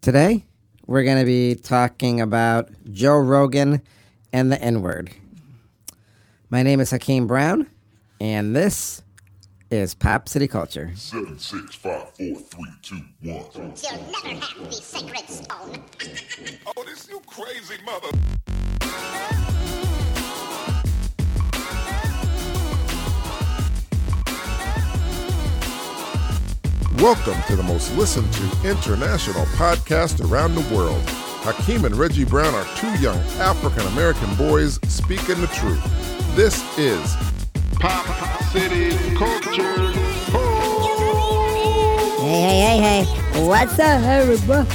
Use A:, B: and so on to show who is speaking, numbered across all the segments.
A: Today, we're going to be talking about Joe Rogan and the N word. My name is Hakeem Brown, and this is Pop City Culture.
B: Seven, six, five, four, three, two, one.
C: You'll never have the sacred stone.
B: Oh, this you crazy mother.
D: Welcome to the most listened to international podcast around the world. Hakeem and Reggie Brown are two young African American boys speaking the truth. This is Pop City Culture.
E: Hey, hey, hey, hey. What's up, everybody?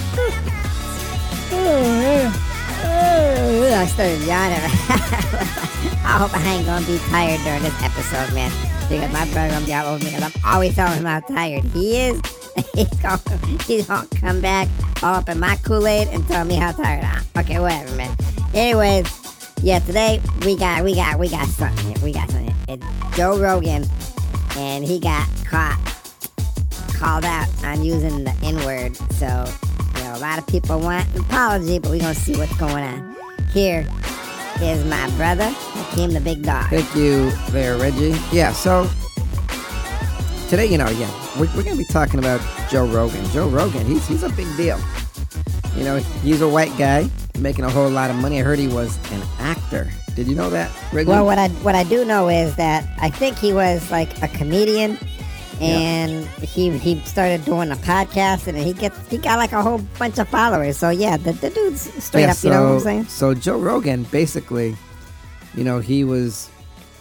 E: I started yawning. I hope I ain't gonna be tired during this episode, man. Because my brother gonna be all over me because I'm always telling him how tired he is. He's gonna, he's gonna come back all up in my Kool-Aid and tell me how tired I am. Okay, whatever, man. Anyways, yeah, today we got, we got, we got something here. We got something here. It's Joe Rogan, and he got caught called out on using the N word. So, you know, a lot of people want an apology, but we're going to see what's going on. Here is my brother, Hakeem the Big Dog.
A: Thank you there, Reggie. Yeah, so today, you know, yeah, we're, we're going to be talking about Joe Rogan. Joe Rogan, he's, he's a big deal. You know, he's a white guy making a whole lot of money. I heard he was an actor. Did you know that, Reggie?
E: Well, what I, what I do know is that I think he was like a comedian. And he he started doing a podcast, and he gets he got like a whole bunch of followers. So yeah, the, the dude's straight
A: Yeah,
E: up. you know what I'm saying?
A: So Joe Rogan, basically, you know, he was,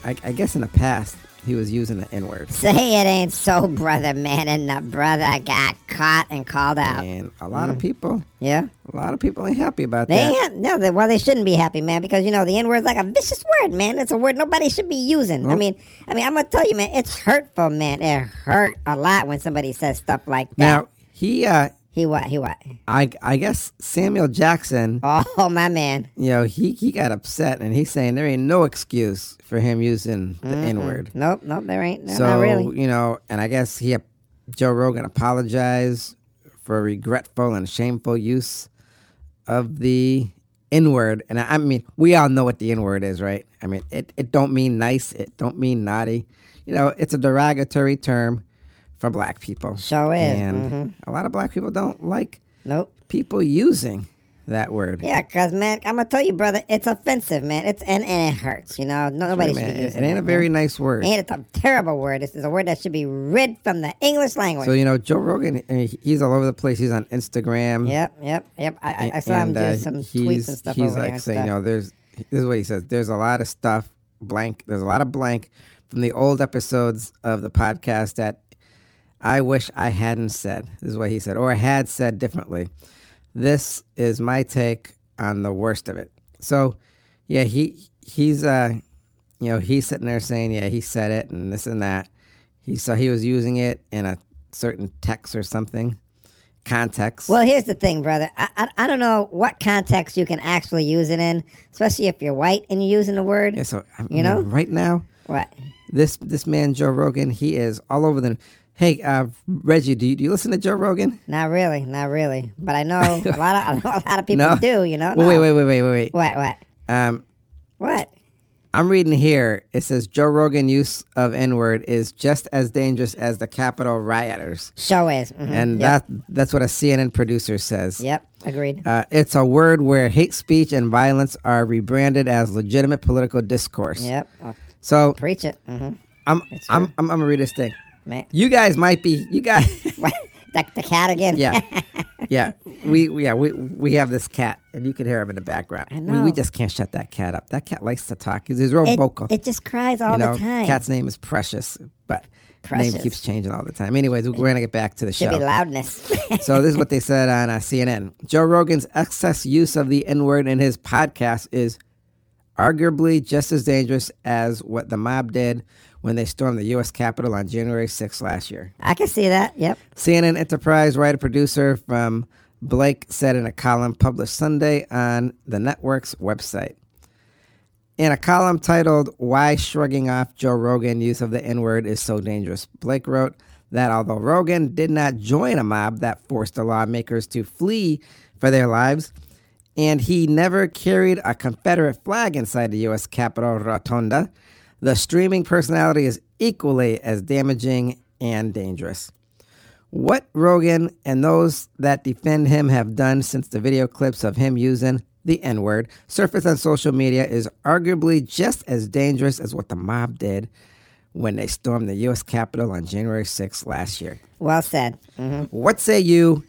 A: I, I guess in the past, he was using the N word.
E: Say it ain't so, brother man, and the brother got caught and called out.
A: And a lot of people,
E: Yeah.
A: a lot of people ain't happy about
E: They
A: that.
E: ain't ha- no, they, well, they shouldn't be happy, man, because you know the N word's like a vicious word, man. It's a word nobody should be using. I mean, I mean, I'm gonna tell you, man, it's hurtful, man. It hurt a lot when somebody says stuff like that.
A: Now, he, uh,
E: he what? He what?
A: I, I guess Samuel Jackson,
E: Oh my man.
A: you know, he, he got upset and he's saying there ain't no excuse for him using the N word.
E: Nope, nope, there ain't. No,
A: So,
E: not really.
A: you know, and I guess he, ap- Joe Rogan apologized for regretful and shameful use of the N word. And I, I mean, we all know what the N word is, right? I mean, it, it don't mean nice. It don't mean naughty. You know, it's a derogatory term for black people.
E: Sure is, Mm, Mm-hmm.
A: And a lot of black people don't like
E: Nope.
A: people using that word.
E: Yeah, cause man, I'm gonna tell you, brother, it's offensive, man. It's and, and it hurts. You know, No- nobody
A: Man,
E: should be
A: it,
E: using
A: it ain't a
E: that,
A: very
E: man.
A: nice word.
E: And it's a terrible word. It's, it's a word that should be rid from the English language.
A: So, you know, Joe Rogan, I mean, he's all over the place. He's on Instagram.
E: Yep, yep, yep. I, I, I saw him
A: and, uh,
E: do some tweets and stuff
A: he's
E: over
A: like
E: there. and
A: saying,
E: stuff.
A: you know, there's this is what he says. There's a lot of stuff blank. There's a lot of blank from the old episodes of the podcast that I wish I hadn't said. This is what he said, or had said differently. This is my take on the worst of it. So, yeah, he he's uh, you know, he's sitting there saying, yeah, he said it and this and that. He so he was using it in a certain text or something context.
E: Well, here's the thing, brother. I, I, I don't know what context you can actually use it in, especially if you're white and you're using the word.
A: Yeah, so I
E: You know?
A: mean, right now,
E: What?
A: this this man Joe Rogan, he is all over the. Hey, uh, Reggie, do you, do you listen to Joe Rogan?
E: Not really, not really. But I know a lot of a lot of people
A: No.
E: do. You know?
A: Well, wait,
E: No.
A: wait, wait, wait, wait, wait.
E: What? What?
A: Um,
E: What?
A: I'm reading here. It says Joe Rogan use of N word is just as dangerous as the Capitol rioters,
E: Show is. mhm.
A: and
E: yep.
A: that that's what a CNN producer says.
E: Yep. Agreed.
A: Uh, it's a word where hate speech and violence are rebranded as legitimate political discourse.
E: yep. I'll
A: So
E: preach it. hmm
A: I'm I'm, I'm I'm gonna read this thing.
E: Man.
A: You guys might be you guys.
E: What? The, the cat again.
A: Yeah, yeah. We we- yeah we we have this cat, and you can hear him in the background. I We,
E: know.
A: we just can't shut that cat up. That cat likes to talk. He's, he's real
E: It,
A: vocal.
E: it just cries all
A: you know,
E: the time.
A: cat's name is Precious, but name
E: Precious.
A: keeps changing all the time. Anyways, we're gonna get back to the
E: should be
A: show.
E: loudness.
A: so this is what they said on uh, CNN. Joe Rogan's excess use of the N word in his podcast is arguably just as dangerous as what the mob did when they stormed the U.S. Capitol on January 6th last year.
E: I can see that. Yep.
A: CNN Enterprise writer producer from Blake said in a column published Sunday on the network's website. In a column titled Why Shrugging Off Joe Rogan Use of the N Word is So Dangerous, Blake wrote, that although Rogan did not join a mob that forced the lawmakers to flee for their lives, and he never carried a Confederate flag inside the U.S. Capitol Rotunda, the streaming personality is equally as damaging and dangerous. What Rogan and those that defend him have done since the video clips of him using the N word surfaced on social media is arguably just as dangerous as what the mob did when they stormed the U.S. Capitol on January 6th last year.
E: Well said. hmm
A: What say you,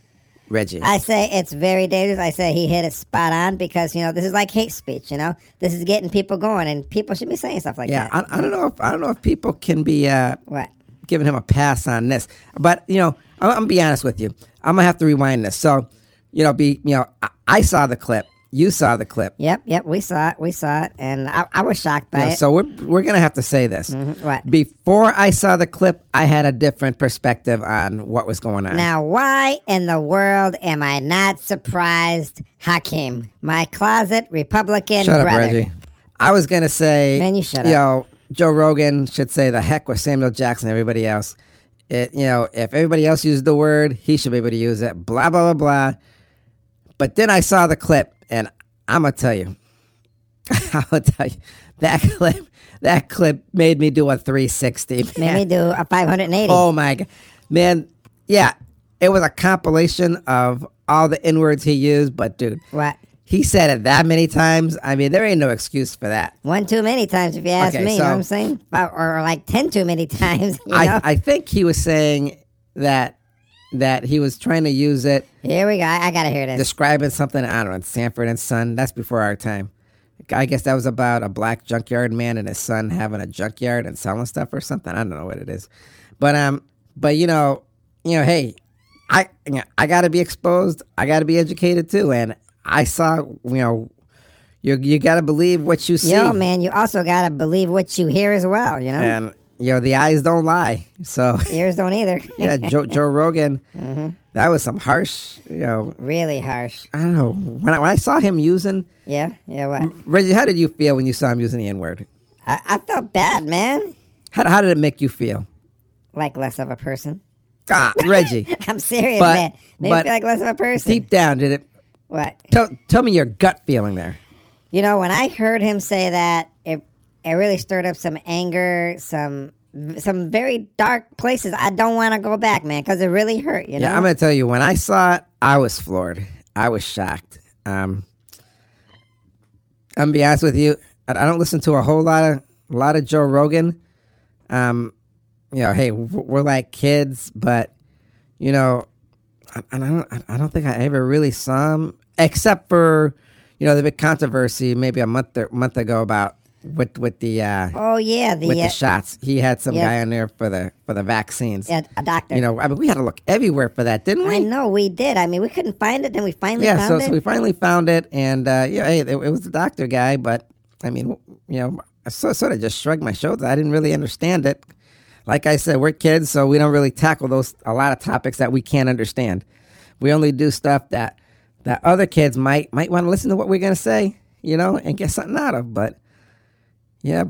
A: Reggie?
E: I say it's very dangerous. I say he hit it spot on because you know this is like hate speech. You know this is getting people going, and people should be saying stuff like
A: yeah,
E: that.
A: I, I don't know if I don't know if people can be uh,
E: what?
A: giving him a pass on this. But you know, I'm, I'm gonna be honest with you. I'm gonna have to rewind this. So, you know, be you know, I, I saw the clip. You saw the clip.
E: Yep, yep. We saw it. We saw it, and I, I was shocked by
A: Yeah,
E: it.
A: so we're we're gonna have to say this.
E: What?
A: Before I saw the clip, I had a different perspective on what was going on.
E: Now, why in the world am I not surprised, Hakim, my closet Republican
A: shut
E: brother?
A: up, Reggie. I was gonna say,
E: Man, you shut
A: you
E: up.
A: know, Joe Rogan should say the heck with Samuel Jackson and everybody else. It, you know, if everybody else used the word, he should be able to use it. Blah blah blah blah. But then I saw the clip, and I'm gonna tell you, I'm gonna tell you that clip. That clip made me do a 360.
E: Made me do a 580.
A: Oh my god, man! Yeah, it was a compilation of all the n words he used. But dude,
E: What?
A: he said it that many times. I mean, there ain't no excuse for that.
E: One too many times, if you ask
A: Okay,
E: me. you know
A: so-
E: what I'm saying? Or, or like 10 too many times. You know?
A: I, I think he was saying that that he was trying to use it
E: Here we go. I, I got to hear this.
A: describing something. I don't know, Sanford and Son. That's before our time. I guess that was about a black junkyard man and his son having a junkyard and selling stuff or something. I don't know what it is, but um, but you know, you know, hey, I you know, I got to be exposed. I got to be educated too. And I saw, you know, you you got to believe what you see.
E: Yo, man, you also got to believe what you hear as well, you know?
A: And you know, the eyes don't lie. So
E: Ears don't either.
A: yeah, Joe, Joe Rogan. That was some harsh, you know.
E: really harsh.
A: I don't know. When I, when I saw him using
E: Yeah, yeah, what?
A: Reggie, how did you feel when you saw him using the N word?
E: I, I felt bad, man.
A: How, how did it make you feel?
E: Like less of a person.
A: God, Reggie,
E: I'm serious,
A: But-
E: man. Made me
A: but-
E: feel like less of a person.
A: deep down, did it?
E: what?
A: Tell, tell me your gut feeling there.
E: You know, when I heard him say that, it it really stirred up some anger, some some very dark places. I don't want to go back, man, because it really hurt. You know,
A: Yeah, I'm gonna tell you. When I saw it, I was floored. I was shocked. Um, I'm gonna be honest with you. I, I don't listen to a whole lot of a lot of Joe Rogan. Um, you know, hey, w- we're like kids, but you know, I, and I don't. I- I don't think I ever really saw him, except for you know the big controversy maybe a month or, month ago about with with the uh,
E: oh yeah, the,
A: with
E: uh,
A: the shots. He had some
E: Yeah.
A: guy on there for the for the vaccines.
E: yeah, a doctor.
A: You know, I mean, we had to look everywhere for that, didn't we?
E: I know we did. I mean, we couldn't find it, then we finally
A: yeah, so,
E: found
A: so
E: it.
A: we finally found it, and uh, yeah, hey, it, it was the doctor guy, but I mean, you know, I so, sort of just shrugged my shoulders. I didn't really understand it. Like I said, we're kids, so we don't really tackle those a lot of topics that we can't understand. We only do stuff that that other kids might might want to listen to what we're gonna say, you know, and get something out of. But yeah,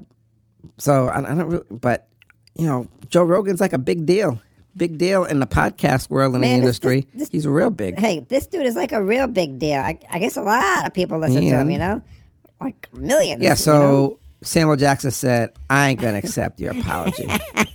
A: so I, I don't really, but you know, Joe Rogan's like a big deal, big deal in the podcast world and the
E: Man, this-
A: industry.
E: this- this-
A: He's real big.
E: hey, this dude is like a real big deal. I, I guess a lot of people listen to
A: Yeah.
E: him. You know, like millions.
A: Yeah,
E: you know?
A: so Samuel Jackson said, I ain't going to accept your apology.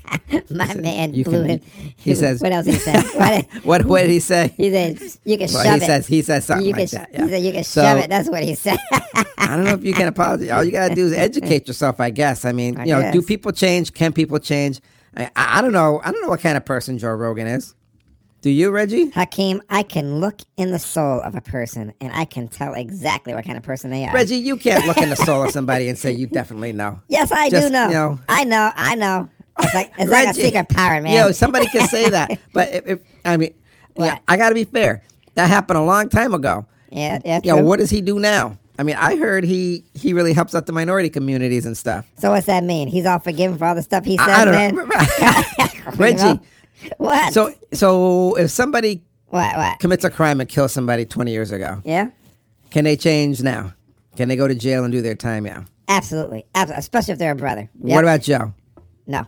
E: my man
A: you
E: blew
A: can-
E: it.
A: he says-
E: what else he said? What-
A: what what did he say?
E: He says you can
A: Well,
E: shove
A: he
E: it.
A: says he says something
E: you
A: like
E: can,
A: that.
E: He
A: yeah.
E: said you can
A: So,
E: shove it. That's what he said.
A: I don't know if you can apologize. All you gotta do is educate yourself, I guess. I mean,
E: I
A: you know, do
E: guess.
A: people change? Can people change? I, I I don't know. I don't know what kind of person Joe Rogan is. Do you, Reggie?
E: Hakeem, I can look in the soul of a person and I can tell exactly what kind of person they are.
A: Reggie, you can't look in the soul of somebody and say you definitely know.
E: yes, I do
A: Just,
E: know.
A: you know-
E: I know. I know. It's like, it's like a
A: Reggie.
E: secret power, man.
A: Yo, somebody can say that, but if, if I mean, yeah,
E: What?
A: I gotta be fair. That happened a long time ago.
E: yeah, yeah.
A: Yeah,
E: true.
A: what does he do now? I mean, I heard he he really helps out the minority communities and stuff.
E: so what's that mean? He's all forgiven for all the stuff he said,
A: I, I
E: man.
A: don't know, Reggie.
E: What?
A: So so if somebody
E: what? What?
A: commits a crime and kills somebody twenty years ago,
E: yeah.
A: can they change now? Can they go to jail and do their time now?
E: Absolutely. Absolutely. Especially if they're a brother. Yep.
A: What about Joe?
E: no?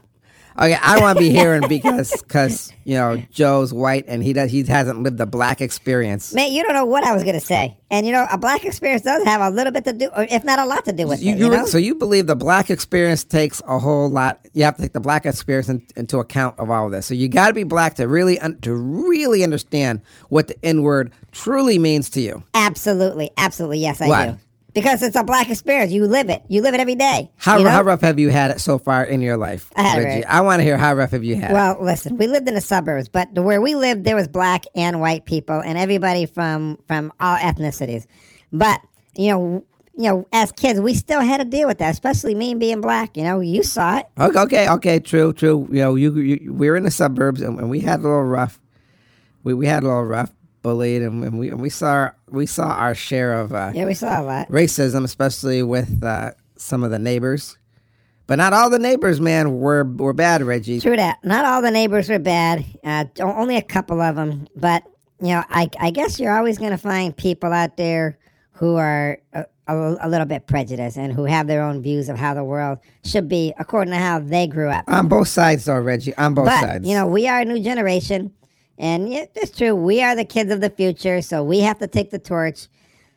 A: Okay, I want to be hearing because because you know Joe's white and he does he hasn't lived the black experience.
E: Man, you don't know what I was gonna say, and you know a black experience does have a little bit to do, or if not a lot to do with
A: You,
E: it.
A: you
E: You
A: re-
E: know?
A: so you believe the black experience takes a whole lot. You have to take the black experience in, into account of all this. So you got to be black to really un- to really understand what the N word truly means to you.
E: absolutely, absolutely, yes, I
A: Why?
E: do. Because it's a black experience. You live it. You live it every day.
A: How,
E: you know?
A: how rough have you had it so far in your life,
E: I had it
A: Reggie?
E: rough.
A: I want to hear how rough have you had. it.
E: Well, listen, we lived in the suburbs, but the- where we lived, there was black and white people, and everybody from from all ethnicities. But you know, you know, as kids, we still had to deal with that, especially me being black. You know, you saw it.
A: Okay, okay, okay, true, true. You know, you, you we were in the suburbs and, and we had a little rough. We we had a little rough, bullied, and, and we and we saw we saw our share of uh,
E: Yeah, we saw a lot.
A: racism, especially with uh, some of the neighbors. But not all the neighbors, man, were were bad, Reggie.
E: True that. Not all the neighbors were bad. Uh, o- only a couple of them. But you know, I I guess you're always going to find people out there who are a, a, a little bit prejudiced and who have their own views of how the world should be according to how they grew up.
A: On both sides, though, Reggie. On both
E: but
A: sides.
E: you know, we are a new generation, and yeah, it's true. We are the kids of the future, so we have to take the torch.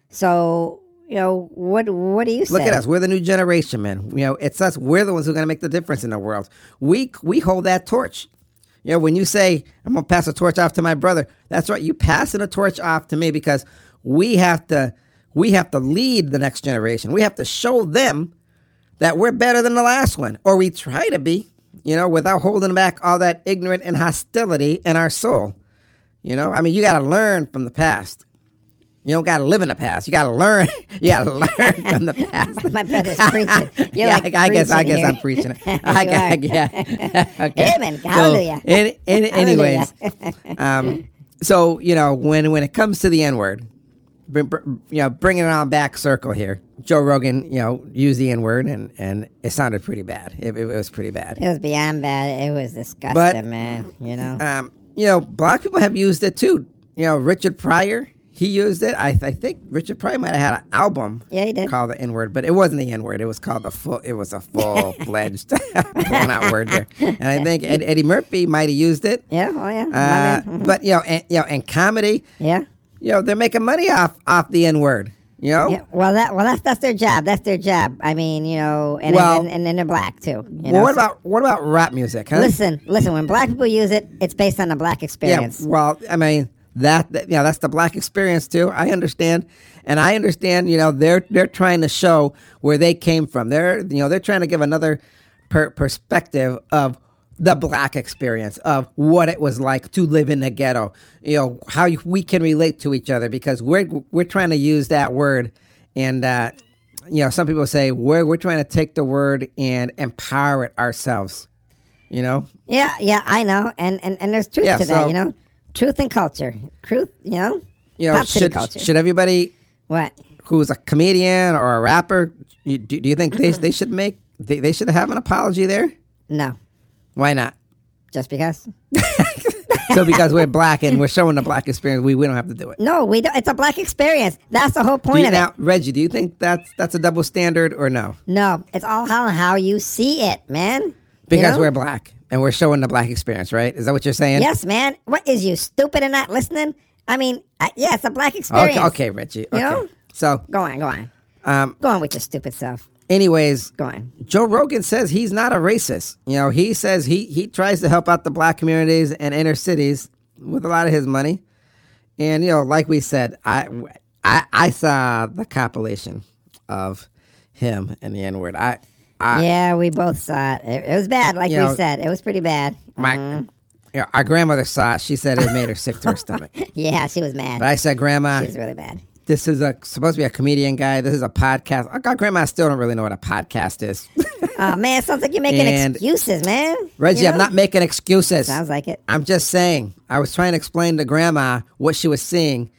E: So you know, what what do you say?
A: Look at us. We're the new generation, man. You know, it's us. We're the ones who are going to make the difference in the world. We we hold that torch. You know, when you say I'm going to pass the torch off to my brother, that's right. You passing the torch off to me because we have to we have to lead the next generation. We have to show them that we're better than the last one, or we try to be. You know, without holding back all that ignorant and hostility in our soul. You know, I mean, you got to learn from the past. You don't got to live in the past. You got to learn. You got to learn from the past.
E: My brother's preaching. You're
A: yeah,
E: like
A: I, I guess I
E: preaching
A: guess
E: here.
A: I'm preaching. it. I
E: You
A: guess,
E: are.
A: yeah. okay.
E: Amen. Hallelujah.
A: So, in, in,
E: Hallelujah.
A: anyways, um, so you know when when it comes to the N word, br- br- you know, bringing it on back circle here. Joe Rogan, you know, used the N word and and it sounded pretty bad. It, it was pretty bad.
E: It was beyond bad. It was disgusting,
A: But-
E: man. You know,
A: Um, you know, black people have used it too. You know, Richard Pryor. He used it. I, I think Richard Pryor might have had an album
E: Yeah, he did.
A: called the N word, but it wasn't the N word. It was called the full. It was a full fledged blown out word there. And I think Ed, Eddie Murphy might have used it.
E: yeah, oh yeah,
A: Uh,
E: My man.
A: but you know, and, you know, and comedy,
E: yeah.
A: you know, they're making money off off the N word. You know,
E: Yeah, well, that well, that's that's their job. That's their job. I mean, you know, and
A: Well-
E: and, and, then they're black too. You know?
A: well, what
E: So-
A: about what about rap music? Huh?
E: listen, listen. When black people use it, it's based on the black
A: Yeah,
E: experience.
A: well, I mean that, that yeah, that's the black experience too. I understand, and I understand. You know, they're they're trying to show where they came from. They're you know they're trying to give another per- perspective of the black experience of what it was like to live in the ghetto. You know how you, we can relate to each other because we're we're trying to use that word and. uh you know, some people say we're we're trying to take the word and empower it ourselves. You know,
E: Yeah, yeah, I know, and and, and there's truth
A: Yeah,
E: to
A: so-
E: that, you know, truth and culture, truth, you know,
A: you know,
E: Pop city
A: should
E: culture.
A: should everybody
E: what?
A: who's a comedian or a rapper, you, do, do you think they, they should make they, they should have an apology there?
E: No,
A: Why not?
E: just because?
A: So because we're black and we're showing the black experience, we, we don't have to do it.
E: No, we don't. It's a black experience. That's the whole
A: Do
E: point
A: you,
E: of
A: now,
E: it.
A: Reggie, do you think that's that's a double standard or no?
E: No, it's all how how you see it, man.
A: Because
E: you know?
A: we're black and we're showing the black experience, right? Is that what you're saying?
E: yes, man. What is you stupid and not listening? I mean, I, yeah, it's a black experience.
A: Okay, okay, Reggie. Okay.
E: know?
A: So,
E: Go on, go on,
A: um,
E: go on with your stupid self.
A: anyways,
E: Go on.
A: Joe Rogan says he's not a racist. You know, he says he he tries to help out the black communities and inner cities with a lot of his money. And you know, like we said, I I, I saw the compilation of him and the N word. I I
E: yeah, we both saw it. It, it was bad, like
A: You
E: we
A: know-
E: said. It was pretty bad.
A: my you know, our grandmother saw it. She said it made her sick to her stomach. But
E: Yeah, she was mad.
A: I said, Grandma,
E: she was really bad.
A: this is a supposed to be a comedian guy. This is a podcast. Oh, God, Grandma, I still don't really know what a podcast is.
E: Oh man, sounds like you're making
A: And-
E: excuses, man.
A: Reggie,
E: You
A: I'm
E: know?
A: not making excuses.
E: Sounds like it.
A: I'm just saying. I was trying to explain to grandma what she was seeing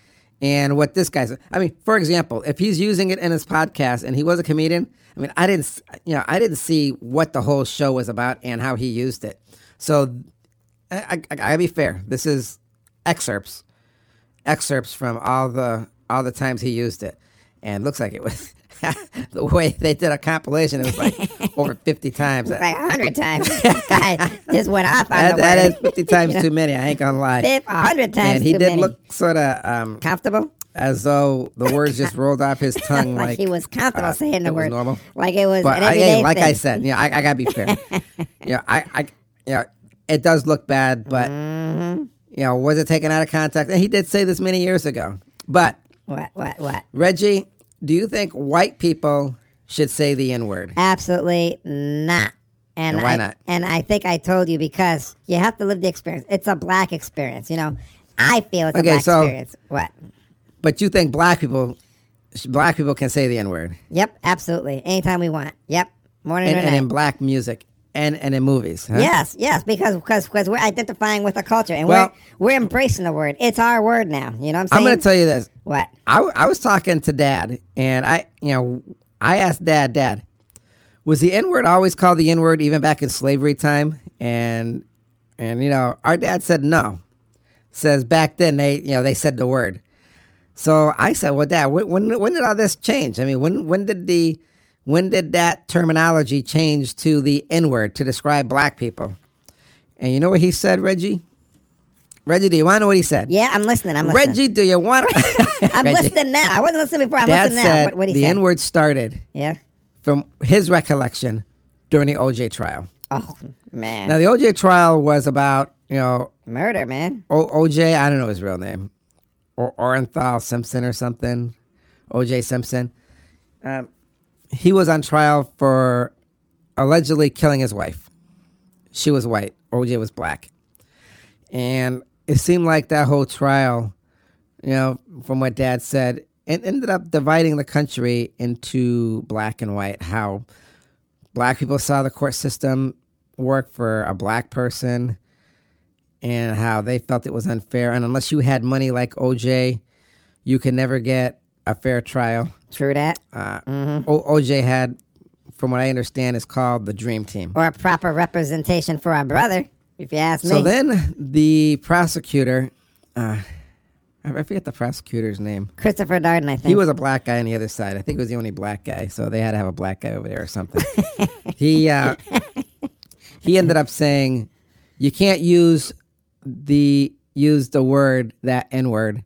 A: and what this guy's. I mean, for example, if he's using it in his podcast and he was a comedian, I mean, I didn't, s- you know, I didn't see what the whole show was about and how he used it. So, I, I, I gotta be fair. This is excerpts, excerpts from all the all the times he used it, and looks like it was. the way they did a compilation, it was like over 50 times.
E: Like a hundred times. I just went off
A: That-
E: on the
A: that
E: word.
A: is 50 times too many. I ain't gonna lie.
E: Fif- A hundred times
A: and he
E: too
A: did
E: many.
A: look sort of um,
E: comfortable.
A: as though the words just rolled off his tongue
E: like,
A: like
E: he was comfortable
A: uh,
E: saying
A: it
E: the
A: was
E: word.
A: normal.
E: Like it was
A: But
E: an
A: I,
E: everyday
A: hey, like I
E: thing.
A: said, yeah, I, I gotta be fair. yeah, I, I, yeah, it does look bad, but
E: Mm-hmm.
A: you know, was it taken out of context? And he did say this many years ago. But
E: What? What? What?
A: Reggie, do you think white people should say the N word?
E: Absolutely not. And,
A: And why
E: I,
A: not?
E: And I think I told you because you have to live the experience. It's a black experience, you know. I feel it's
A: Okay,
E: a black
A: so-
E: experience. What?
A: But you think black people, black people can say the N word,
E: Yep, absolutely. Anytime we want. Yep, morning
A: and,
E: or
A: and
E: night.
A: in black music, and and in movies. Huh?
E: Yes, yes, because because because we're identifying with a culture and
A: Well-
E: we're we're embracing the word. It's our word now. You know what I'm saying?
A: I'm gonna tell you this.
E: what.
A: I, w- I was talking to dad, and I, you know, I asked dad, Dad, was the N word always called the N word even back in slavery time? And, and, you know, our dad said no. Says back then they, you know, they said the word. So I said, well, dad, when, when, when did all this change? I mean, when, when did the, when did that terminology change to the N word to describe black people? And you know what he said, Reggie? Reggie, do you want to know what he said?
E: Yeah, I'm listening. I'm listening.
A: Reggie, do you want to?
E: I'm listening now. I wasn't listening before. I'm
A: Dad
E: listening now.
A: said
E: What, what do you
A: the
E: say?
A: N word started
E: Yeah.
A: from his recollection during the OJ trial.
E: Oh man,
A: Now, the OJ trial was about, you know,
E: murder, man.
A: o- OJ, I don't know his real name, or Orenthal Simpson or something, OJ Simpson. Um, he was on trial for allegedly killing his wife. She was white, OJ was black. And it seemed like that whole trial, you know, from what dad said, it ended up dividing the country into black and white. How black people saw the court system work for a black person and how they felt it was unfair. And unless you had money like OJ, you could never get a fair trial.
E: True that.
A: O- OJ had, from what I understand, is called the Dream Team.
E: or a proper representation for our brother, if you ask me.
A: So then the prosecutor, uh, I forget the prosecutor's name.
E: Christopher Darden, I think.
A: He was a black guy on the other side. I think he was the only black guy, so they had to have a black guy over there or something. he uh, he ended up saying, "You can't use the use the word that N word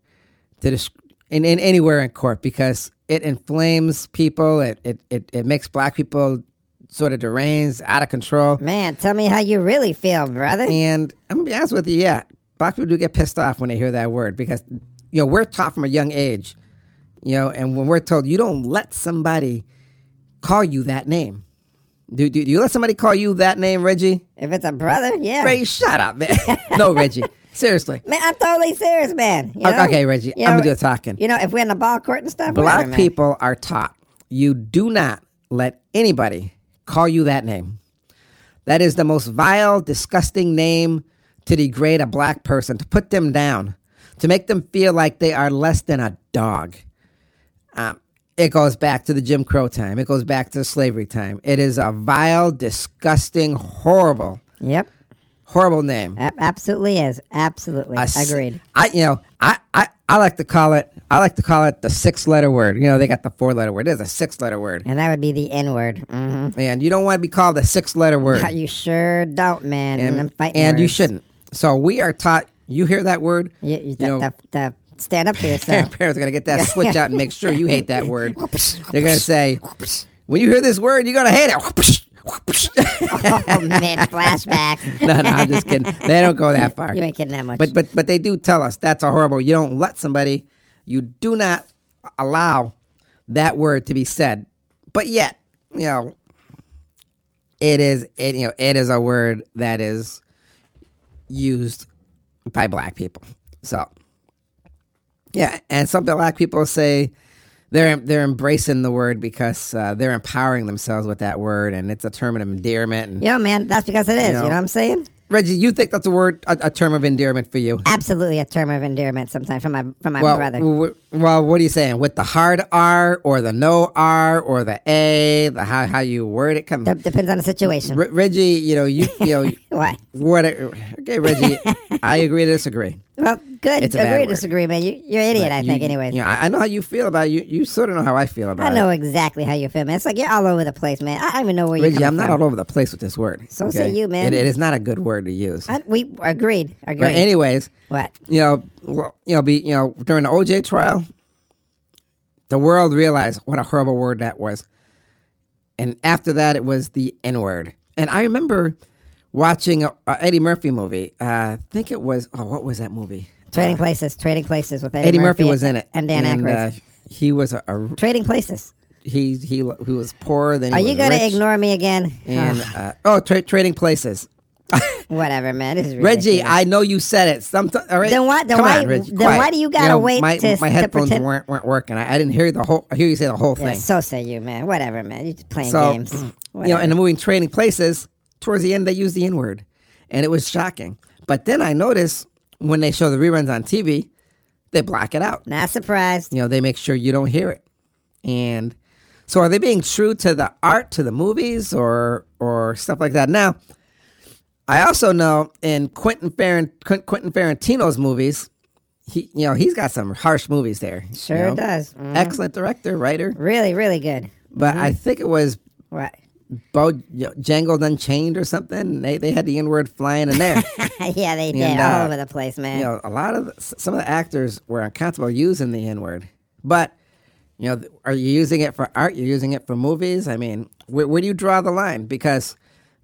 A: to desc- in, in anywhere in court because it inflames people. It it it, it makes black people sort of deranged, out of control.
E: Man, tell me how you really feel, brother.
A: And I'm gonna be honest with you, yeah, black people do get pissed off when they hear that word because you know we're taught from a young age, you know, and when we're told you don't let somebody call you that name. Do, do, do you let somebody call you that name, Reggie?
E: If it's a brother, yeah.
A: Ray, shut up, man. no, Reggie. Seriously.
E: Man, I'm totally serious, man. You
A: Okay,
E: know?
A: okay, Reggie.
E: You
A: I'm
E: know,
A: gonna do the talking.
E: You know, if we're in the ball court and stuff,
A: Black
E: whatever, man.
A: people are taught you do not let anybody call you that name. That is the most vile, disgusting name to degrade a black person, to put them down, to make them feel like they are less than a dog. Um, it goes back to the Jim Crow time. It goes back to slavery time. It is a vile, disgusting, horrible,
E: Yep,
A: horrible name.
E: a- absolutely is. Absolutely.
A: I s-
E: Agreed.
A: I you know I, I I like to call it I like to call it the six letter word. You know they got the four letter word. There's a six letter word,
E: And that would be the N word. hmm
A: and you don't want to be called the six letter word,
E: You sure don't, man. And,
A: and,
E: them fighting
A: and you
E: words.
A: shouldn't. So we are taught. You hear that word?
E: You, you,
A: know,
E: the, the, the- stand up for
A: parents
E: yourself.
A: are gonna get that switch out and make sure you hate that word. They're gonna say, when you hear this word, you're gonna hate it.
E: oh, man, flashbacks.
A: no, no, I'm just kidding. They don't go that far.
E: You ain't kidding that much.
A: But but but they do tell us that's a horrible. You don't let somebody, you do not allow that word to be said. But yet, you know, it is it you know it is a word that is used by black people. So yeah, and some black people say they're they're embracing the word because uh, they're empowering themselves with that word, and it's a term of endearment. And
E: yeah, man, that's because it
A: know.
E: is. you know what I'm saying?
A: Reggie, you think that's a word a, a term of endearment for you?
E: absolutely a term of endearment sometimes from my from my
A: Well,
E: brother.
A: w- well, what are you saying? With the hard R or the no R or the A, the how how you word it? Come,
E: Dep- depends on the situation.
A: R- Reggie, you know you you know
E: Why?
A: what? Okay, Reggie, I agree to disagree.
E: Well, good.
A: It's a bad
E: Agree or
A: word.
E: disagree, man. You, you're an idiot, I
A: You-
E: think, anyways.
A: You know, I, I know how you feel about it. You, you sort of know how I feel about
E: I know
A: it.
E: exactly how you feel, man. It's like you're all over the place, man. I don't even know where you're
A: Reggie,
E: coming
A: I'm not
E: from.
A: all over the place with this word.
E: So say you,
A: It-
E: man.
A: it is not a good word to use.
E: I, we agreed. Agreed.
A: But anyways,
E: what?
A: you know, well, you know, be you know, during the OJ trial, the world realized what a horrible word that was, and after that, it was the N word. And I remember watching a, a Eddie Murphy movie. Uh, I think it was oh, what was that movie?
E: Trading places. Trading places with Eddie,
A: Eddie Murphy was in it,
E: and Dan Aykroyd.
A: uh, he was a, a
E: trading places.
A: he he he was poor. Then he
E: Are Oh, you
A: going
E: gonna ignore me again?
A: And,
E: Ugh,
A: uh, oh, tra- trading places.
E: whatever, man. This is ridiculous.
A: Reggie, I know you said it. Sometimes, all right.
E: Then why- then
A: Come
E: why-
A: on, Reggie,
E: then
A: quiet.
E: why do you gotta wait
A: My,
E: to-
A: my
E: to
A: headphones
E: pretend-
A: weren't weren't working. I, I didn't hear the whole. I hear you say the whole
E: Yeah,
A: thing.
E: so say you, man. Whatever, man. You're just playing
A: so, mm,
E: games.
A: you know,
E: Whatever.
A: in the movie Trading Places, towards the end they used the N word, and it was shocking. But then I noticed when they show the reruns on TV, they black it out.
E: Not surprised.
A: You know, they make sure you don't hear it. And so, are they being true to the art, to the movies, or or stuff like that? Now, I also know in Quentin Farant- Quen- Quentin Tarantino's movies, he you know he's got some harsh movies there. you
E: Sure
A: know?
E: does. Mm.
A: Excellent director, writer,
E: Really, really good.
A: but
E: Mm-hmm.
A: I think it was
E: What?
A: Bo you know, Django Unchained or something. They they had the N word flying in there.
E: yeah, they did
A: And,
E: all
A: uh,
E: over the place, man.
A: you know, a lot of the, s- some of the actors were uncomfortable using the N word, but you know, th- are you using it for art? You're using it for movies. I mean, where, where do you draw the line? Because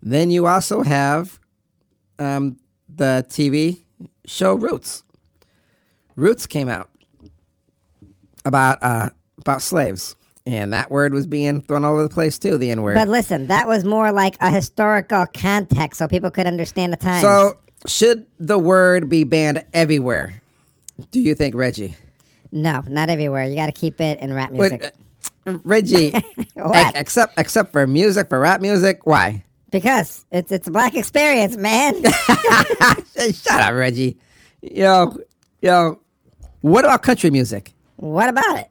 A: then you also have um, the TV show Roots. Roots came out about uh, about slaves, and that word was being thrown all over the place too. The N word.
E: But listen, that was more like a historical context so people could understand the times.
A: So, should the word be banned everywhere? Do you think, Reggie?
E: no, not everywhere. You got to keep it in rap
A: Wait,
E: music.
A: uh, Reggie,
E: What?
A: ex- except except for music, for rap music, why?
E: because it's it's a black experience, man.
A: Hey, Shut up, Reggie. Yo, yo, what about country music?
E: what about it?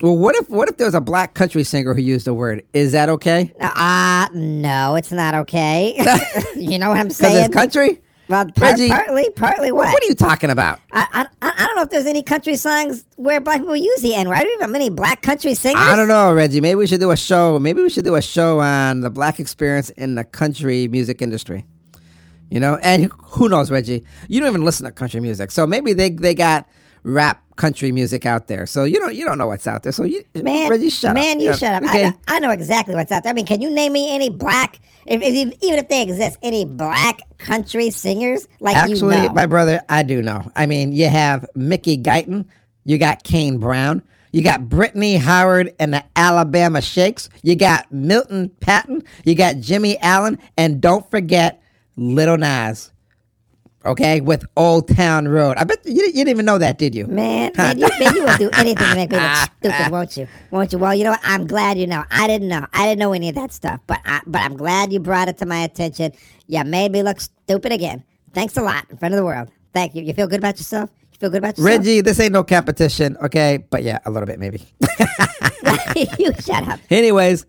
A: Well, what if what if there was a black country singer who used the word? Is that okay?
E: Uh, no, it's not okay. you know what I'm
A: Because
E: saying?
A: it's country.
E: well, par-
A: Reggie,
E: partly, partly what?
A: What are you talking about?
E: I, I, I don't know if there's any country songs where black people use the N word. I don't even have many black country singers.
A: I don't know, Reggie. Maybe we should do a show. Maybe we should do a show on the black experience in the country music industry. You know, and who knows, Reggie? You don't even listen to country music, so maybe they they got rap country music out there. So you don't you don't know what's out there. So you,
E: Man,
A: Reggie, shut up.
E: man, you
A: Yeah,
E: shut up.
A: okay.
E: I, I know exactly what's out there. I mean, can you name me any black, if, if, even if they exist, any black country singers? Like
A: Actually,
E: you know.
A: my brother, I do know. I mean, you have Mickey Guyton, you got Kane Brown, you got Brittany Howard and the Alabama Shakes, you got Milton Patton, you got Jimmy Allen, and don't forget Little Nas. Okay, with Old Town Road. I bet you, you didn't even know that, did you?
E: Man, man, you, man, you would do anything to make me look stupid, won't you? Won't you? Well, you know what? I'm glad you know. I didn't know. I didn't know any of that stuff, but I, but I'm glad you brought it to my attention. You made me look stupid again. Thanks a lot in front of the world. Thank you. You feel good about yourself? You feel good about yourself?
A: Reggie, this ain't no competition, okay? But yeah, a little bit maybe.
E: you shut up.
A: Anyways,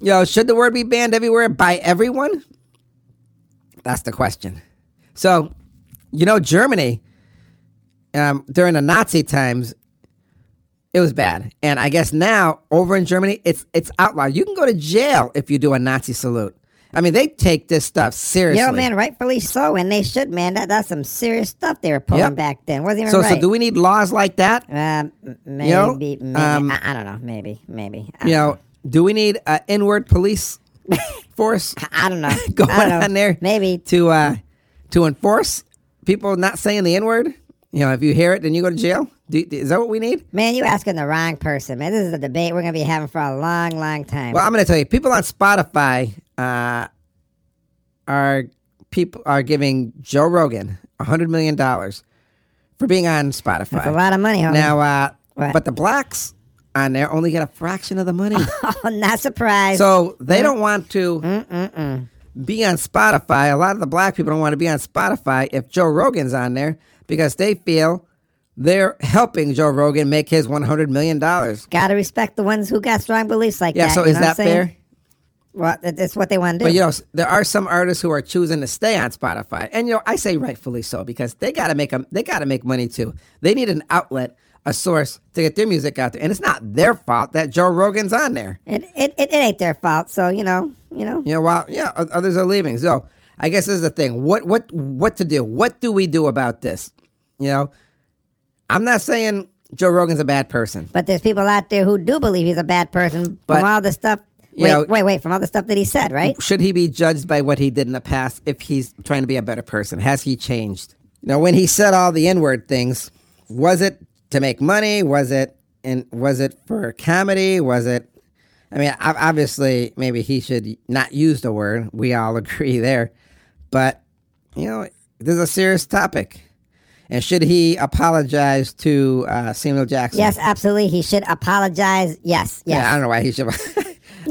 A: yo, should the word be banned everywhere by everyone? That's the question. So, you know, Germany, um, during the Nazi times, it was bad, and I guess now over in Germany, it's it's outlawed. You can go to jail if you do a Nazi salute. I mean, they take this stuff seriously.
E: Yo, man, rightfully so, and they should, man. That, that's some serious stuff they were pulling
A: Yep.
E: back then. Wasn't even
A: So,
E: right.
A: so do we need laws like that?
E: Um, m- maybe,
A: know,
E: maybe.
A: um,
E: I, I don't know. Maybe, maybe. I,
A: You know, do we need an inward police force?
E: I don't know.
A: going
E: I don't know.
A: on there
E: Maybe.
A: to uh to enforce people not saying the n word you know if you hear it then you go to jail do, is that what we need
E: Man, you asking the wrong person, man. This is a debate we're gonna be having for a long, long time.
A: well i'm going to tell you people on spotify uh are people are giving joe rogan a hundred million dollars for being on spotify
E: That's a lot of money, homie.
A: now uh
E: What?
A: but the blacks on there only get a fraction of the money
E: Oh, not surprised.
A: So
E: mm.
A: they don't want to be on Spotify. A lot of the black people don't want to be on Spotify if Joe Rogan's on there because they feel they're helping Joe Rogan make his one hundred million dollars.
E: gotta respect the ones who got strong beliefs like
A: Yeah.
E: that.
A: so
E: you
A: is
E: know what
A: that
E: I'm saying?
A: fair?
E: Well, that- that's what they want to do.
A: But you know, s- there are some artists who are choosing to stay on Spotify, and you know, I say rightfully so because they gotta make 'em- They gotta make money too. They need an outlet, a source to get their music out there, and it's not their fault that Joe Rogan's on there.
E: it, it, it, it ain't their fault. So you know, you know.
A: You know, while yeah, o- others are leaving. So I guess this is the thing. What what what to do? What do we do about this? You know, I'm not saying Joe Rogan's a bad person.
E: But there's people out there who do believe he's a bad person
A: But-
E: from all the stuff.
A: You
E: Wait,
A: know- Oh,
E: wait, wait! From all the stuff that he said, right?
A: Should he be judged by what he did in the past if he's trying to be a better person? Has he changed? Now, when he said all the N-word things, was it to make money? Was it and was it for comedy? Was it? I mean, ob- obviously, maybe he should not use the word. We all agree there, but you know, this is a serious topic. And should he apologize to uh, Samuel Jackson?
E: Yes, absolutely. He should apologize. Yes,
A: Yeah, I
E: yes.
A: don't know why he should.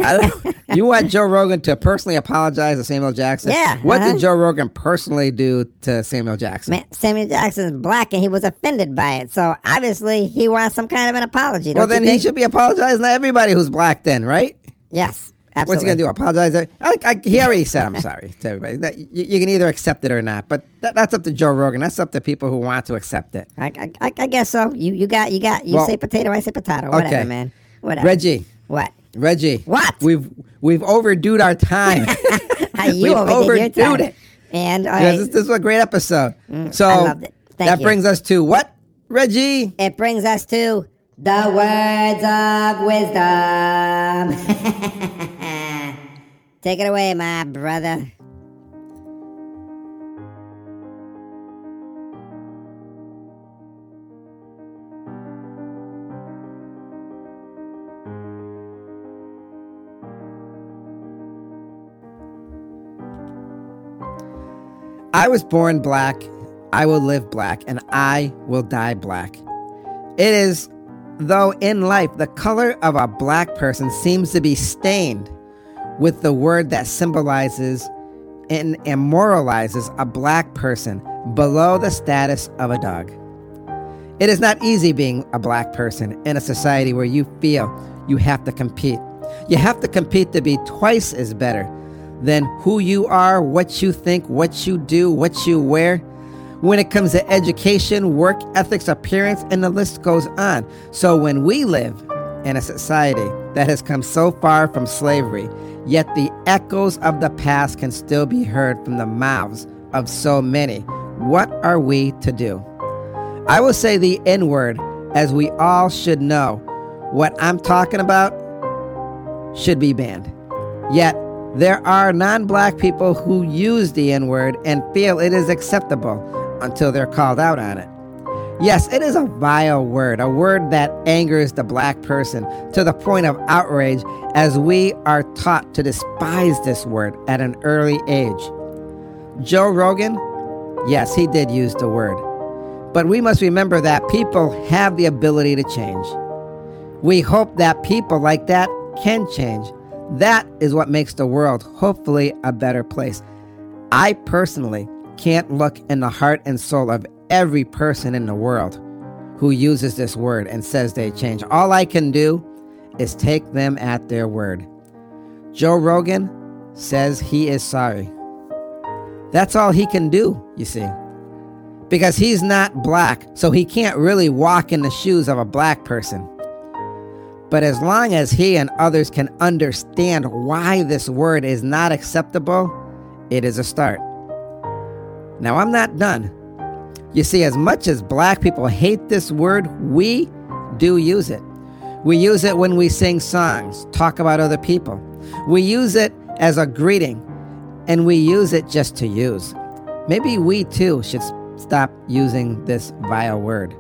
A: I don't, you want Joe Rogan to personally apologize to Samuel Jackson?
E: Yeah,
A: What
E: uh-huh.
A: did Joe Rogan personally do to Samuel Jackson?
E: Man, Samuel Jackson's black and he was offended by it. So obviously he wants some kind of an apology.
A: well,
E: don't you
A: then he
E: think?
A: should be apologizing to everybody who's black, then, right?
E: Yes,
A: What's
E: absolutely.
A: he going to do? Apologize? to- I, I, he already said I'm sorry to everybody. That- you, you can either accept it or not, but that, that's up to Joe Rogan. That's up to people who want to accept it.
E: I, I, I- I guess so. You you got you got you
A: Well-
E: say potato, I say potato. Whatever,
A: Okay.
E: man. Whatever.
A: Reggie,
E: What?
A: Reggie.
E: What?
A: We've we've overdued our time.
E: How you
A: We've
E: overdid your
A: overdoed
E: time.
A: it.
E: And all
A: Yeah,
E: right,
A: this, this was a great episode. so
E: Mm, I loved it. Thank
A: that
E: you.
A: brings us to what, Reggie?
E: it brings us to the words of wisdom. Take it away, my brother.
A: I was born black, I will live black, and I will die black. It is, though, in life, the color of a black person seems to be stained with the word that symbolizes and immoralizes a black person below the status of a dog. It is not easy being a black person in a society where you feel you have to compete. You have to compete to be twice as better than who you are, what you think, what you do, what you wear. When it comes to education, work ethics, appearance, and the list goes on. So when we live in a society that has come so far from slavery, yet the echoes of the past can still be heard from the mouths of so many, what are we to do? I will say the N word as we all should know. What I'm talking about should be banned. Yet, there are non black people who use the N word and feel it is acceptable until they're called out on it. Yes, it is a vile word, a word that angers the black person to the point of outrage, as we are taught to despise this word at an early age. Joe Rogan, yes, he did use the word. But we must remember that people have the ability to change. We hope that people like that can change. That is what makes the world, hopefully, a better place. I personally can't look in the heart and soul of every person in the world who uses this word and says they change. All I can do is take them at their word. Joe Rogan says he is sorry. That's all he can do, you see because he's not black, so he can't really walk in the shoes of a black person. But as long as he and others can understand why this word is not acceptable, it is a start. Now, I'm not done. You see, as much as black people hate this word, we do use it. We use it when we sing songs, talk about other people. We use it as a greeting, and we use it just to use. Maybe we too should s- stop using this vile word.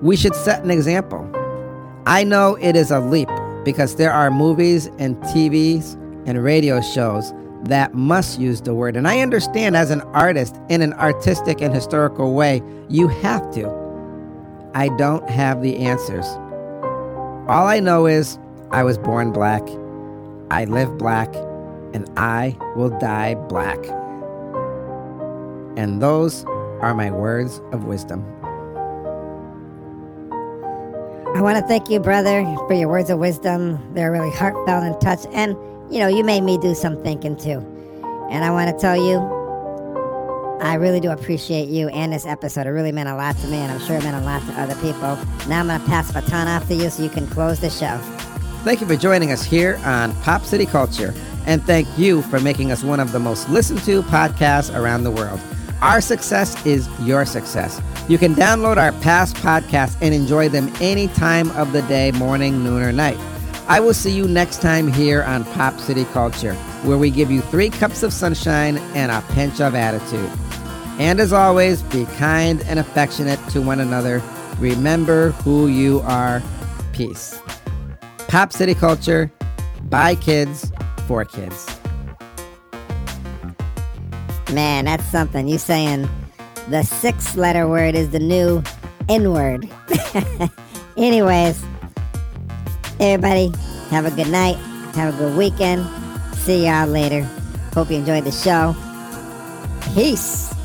A: We should set an example. I know it is a leap because there are movies and TVs and radio shows that must use the word. And I understand as an artist, in an artistic and historical way, you have to. I don't have the answers. All I know is I was born black, I live black, and I will die black. And those are my words of wisdom.
E: All I want to thank you, brother, for your words of wisdom. They're really heartfelt and touch. And, you know, you made me do some thinking too. And I want to tell you, I really do appreciate you and this episode. It really meant a lot to me, and I'm sure it meant a lot to other people. Now I'm going to pass the baton off to you so you can close the show.
A: Thank you for joining us here on Pop City Culture, and thank you for making us one of the most listened to podcasts around the world. Our success is your success. You can download our past podcasts and enjoy them any time of the day, morning, noon, or night. I will see you next time here on Pop City Culture, where we give you three cups of sunshine and a pinch of attitude. And as always, be kind and affectionate to one another. Remember who you are. Peace. Pop City Culture, by kids, for kids.
E: Man, that's something. You saying the six letter word is the new N word. Anyways, everybody, have a good night. Have a good weekend. See y'all later. Hope you enjoyed the show. Peace.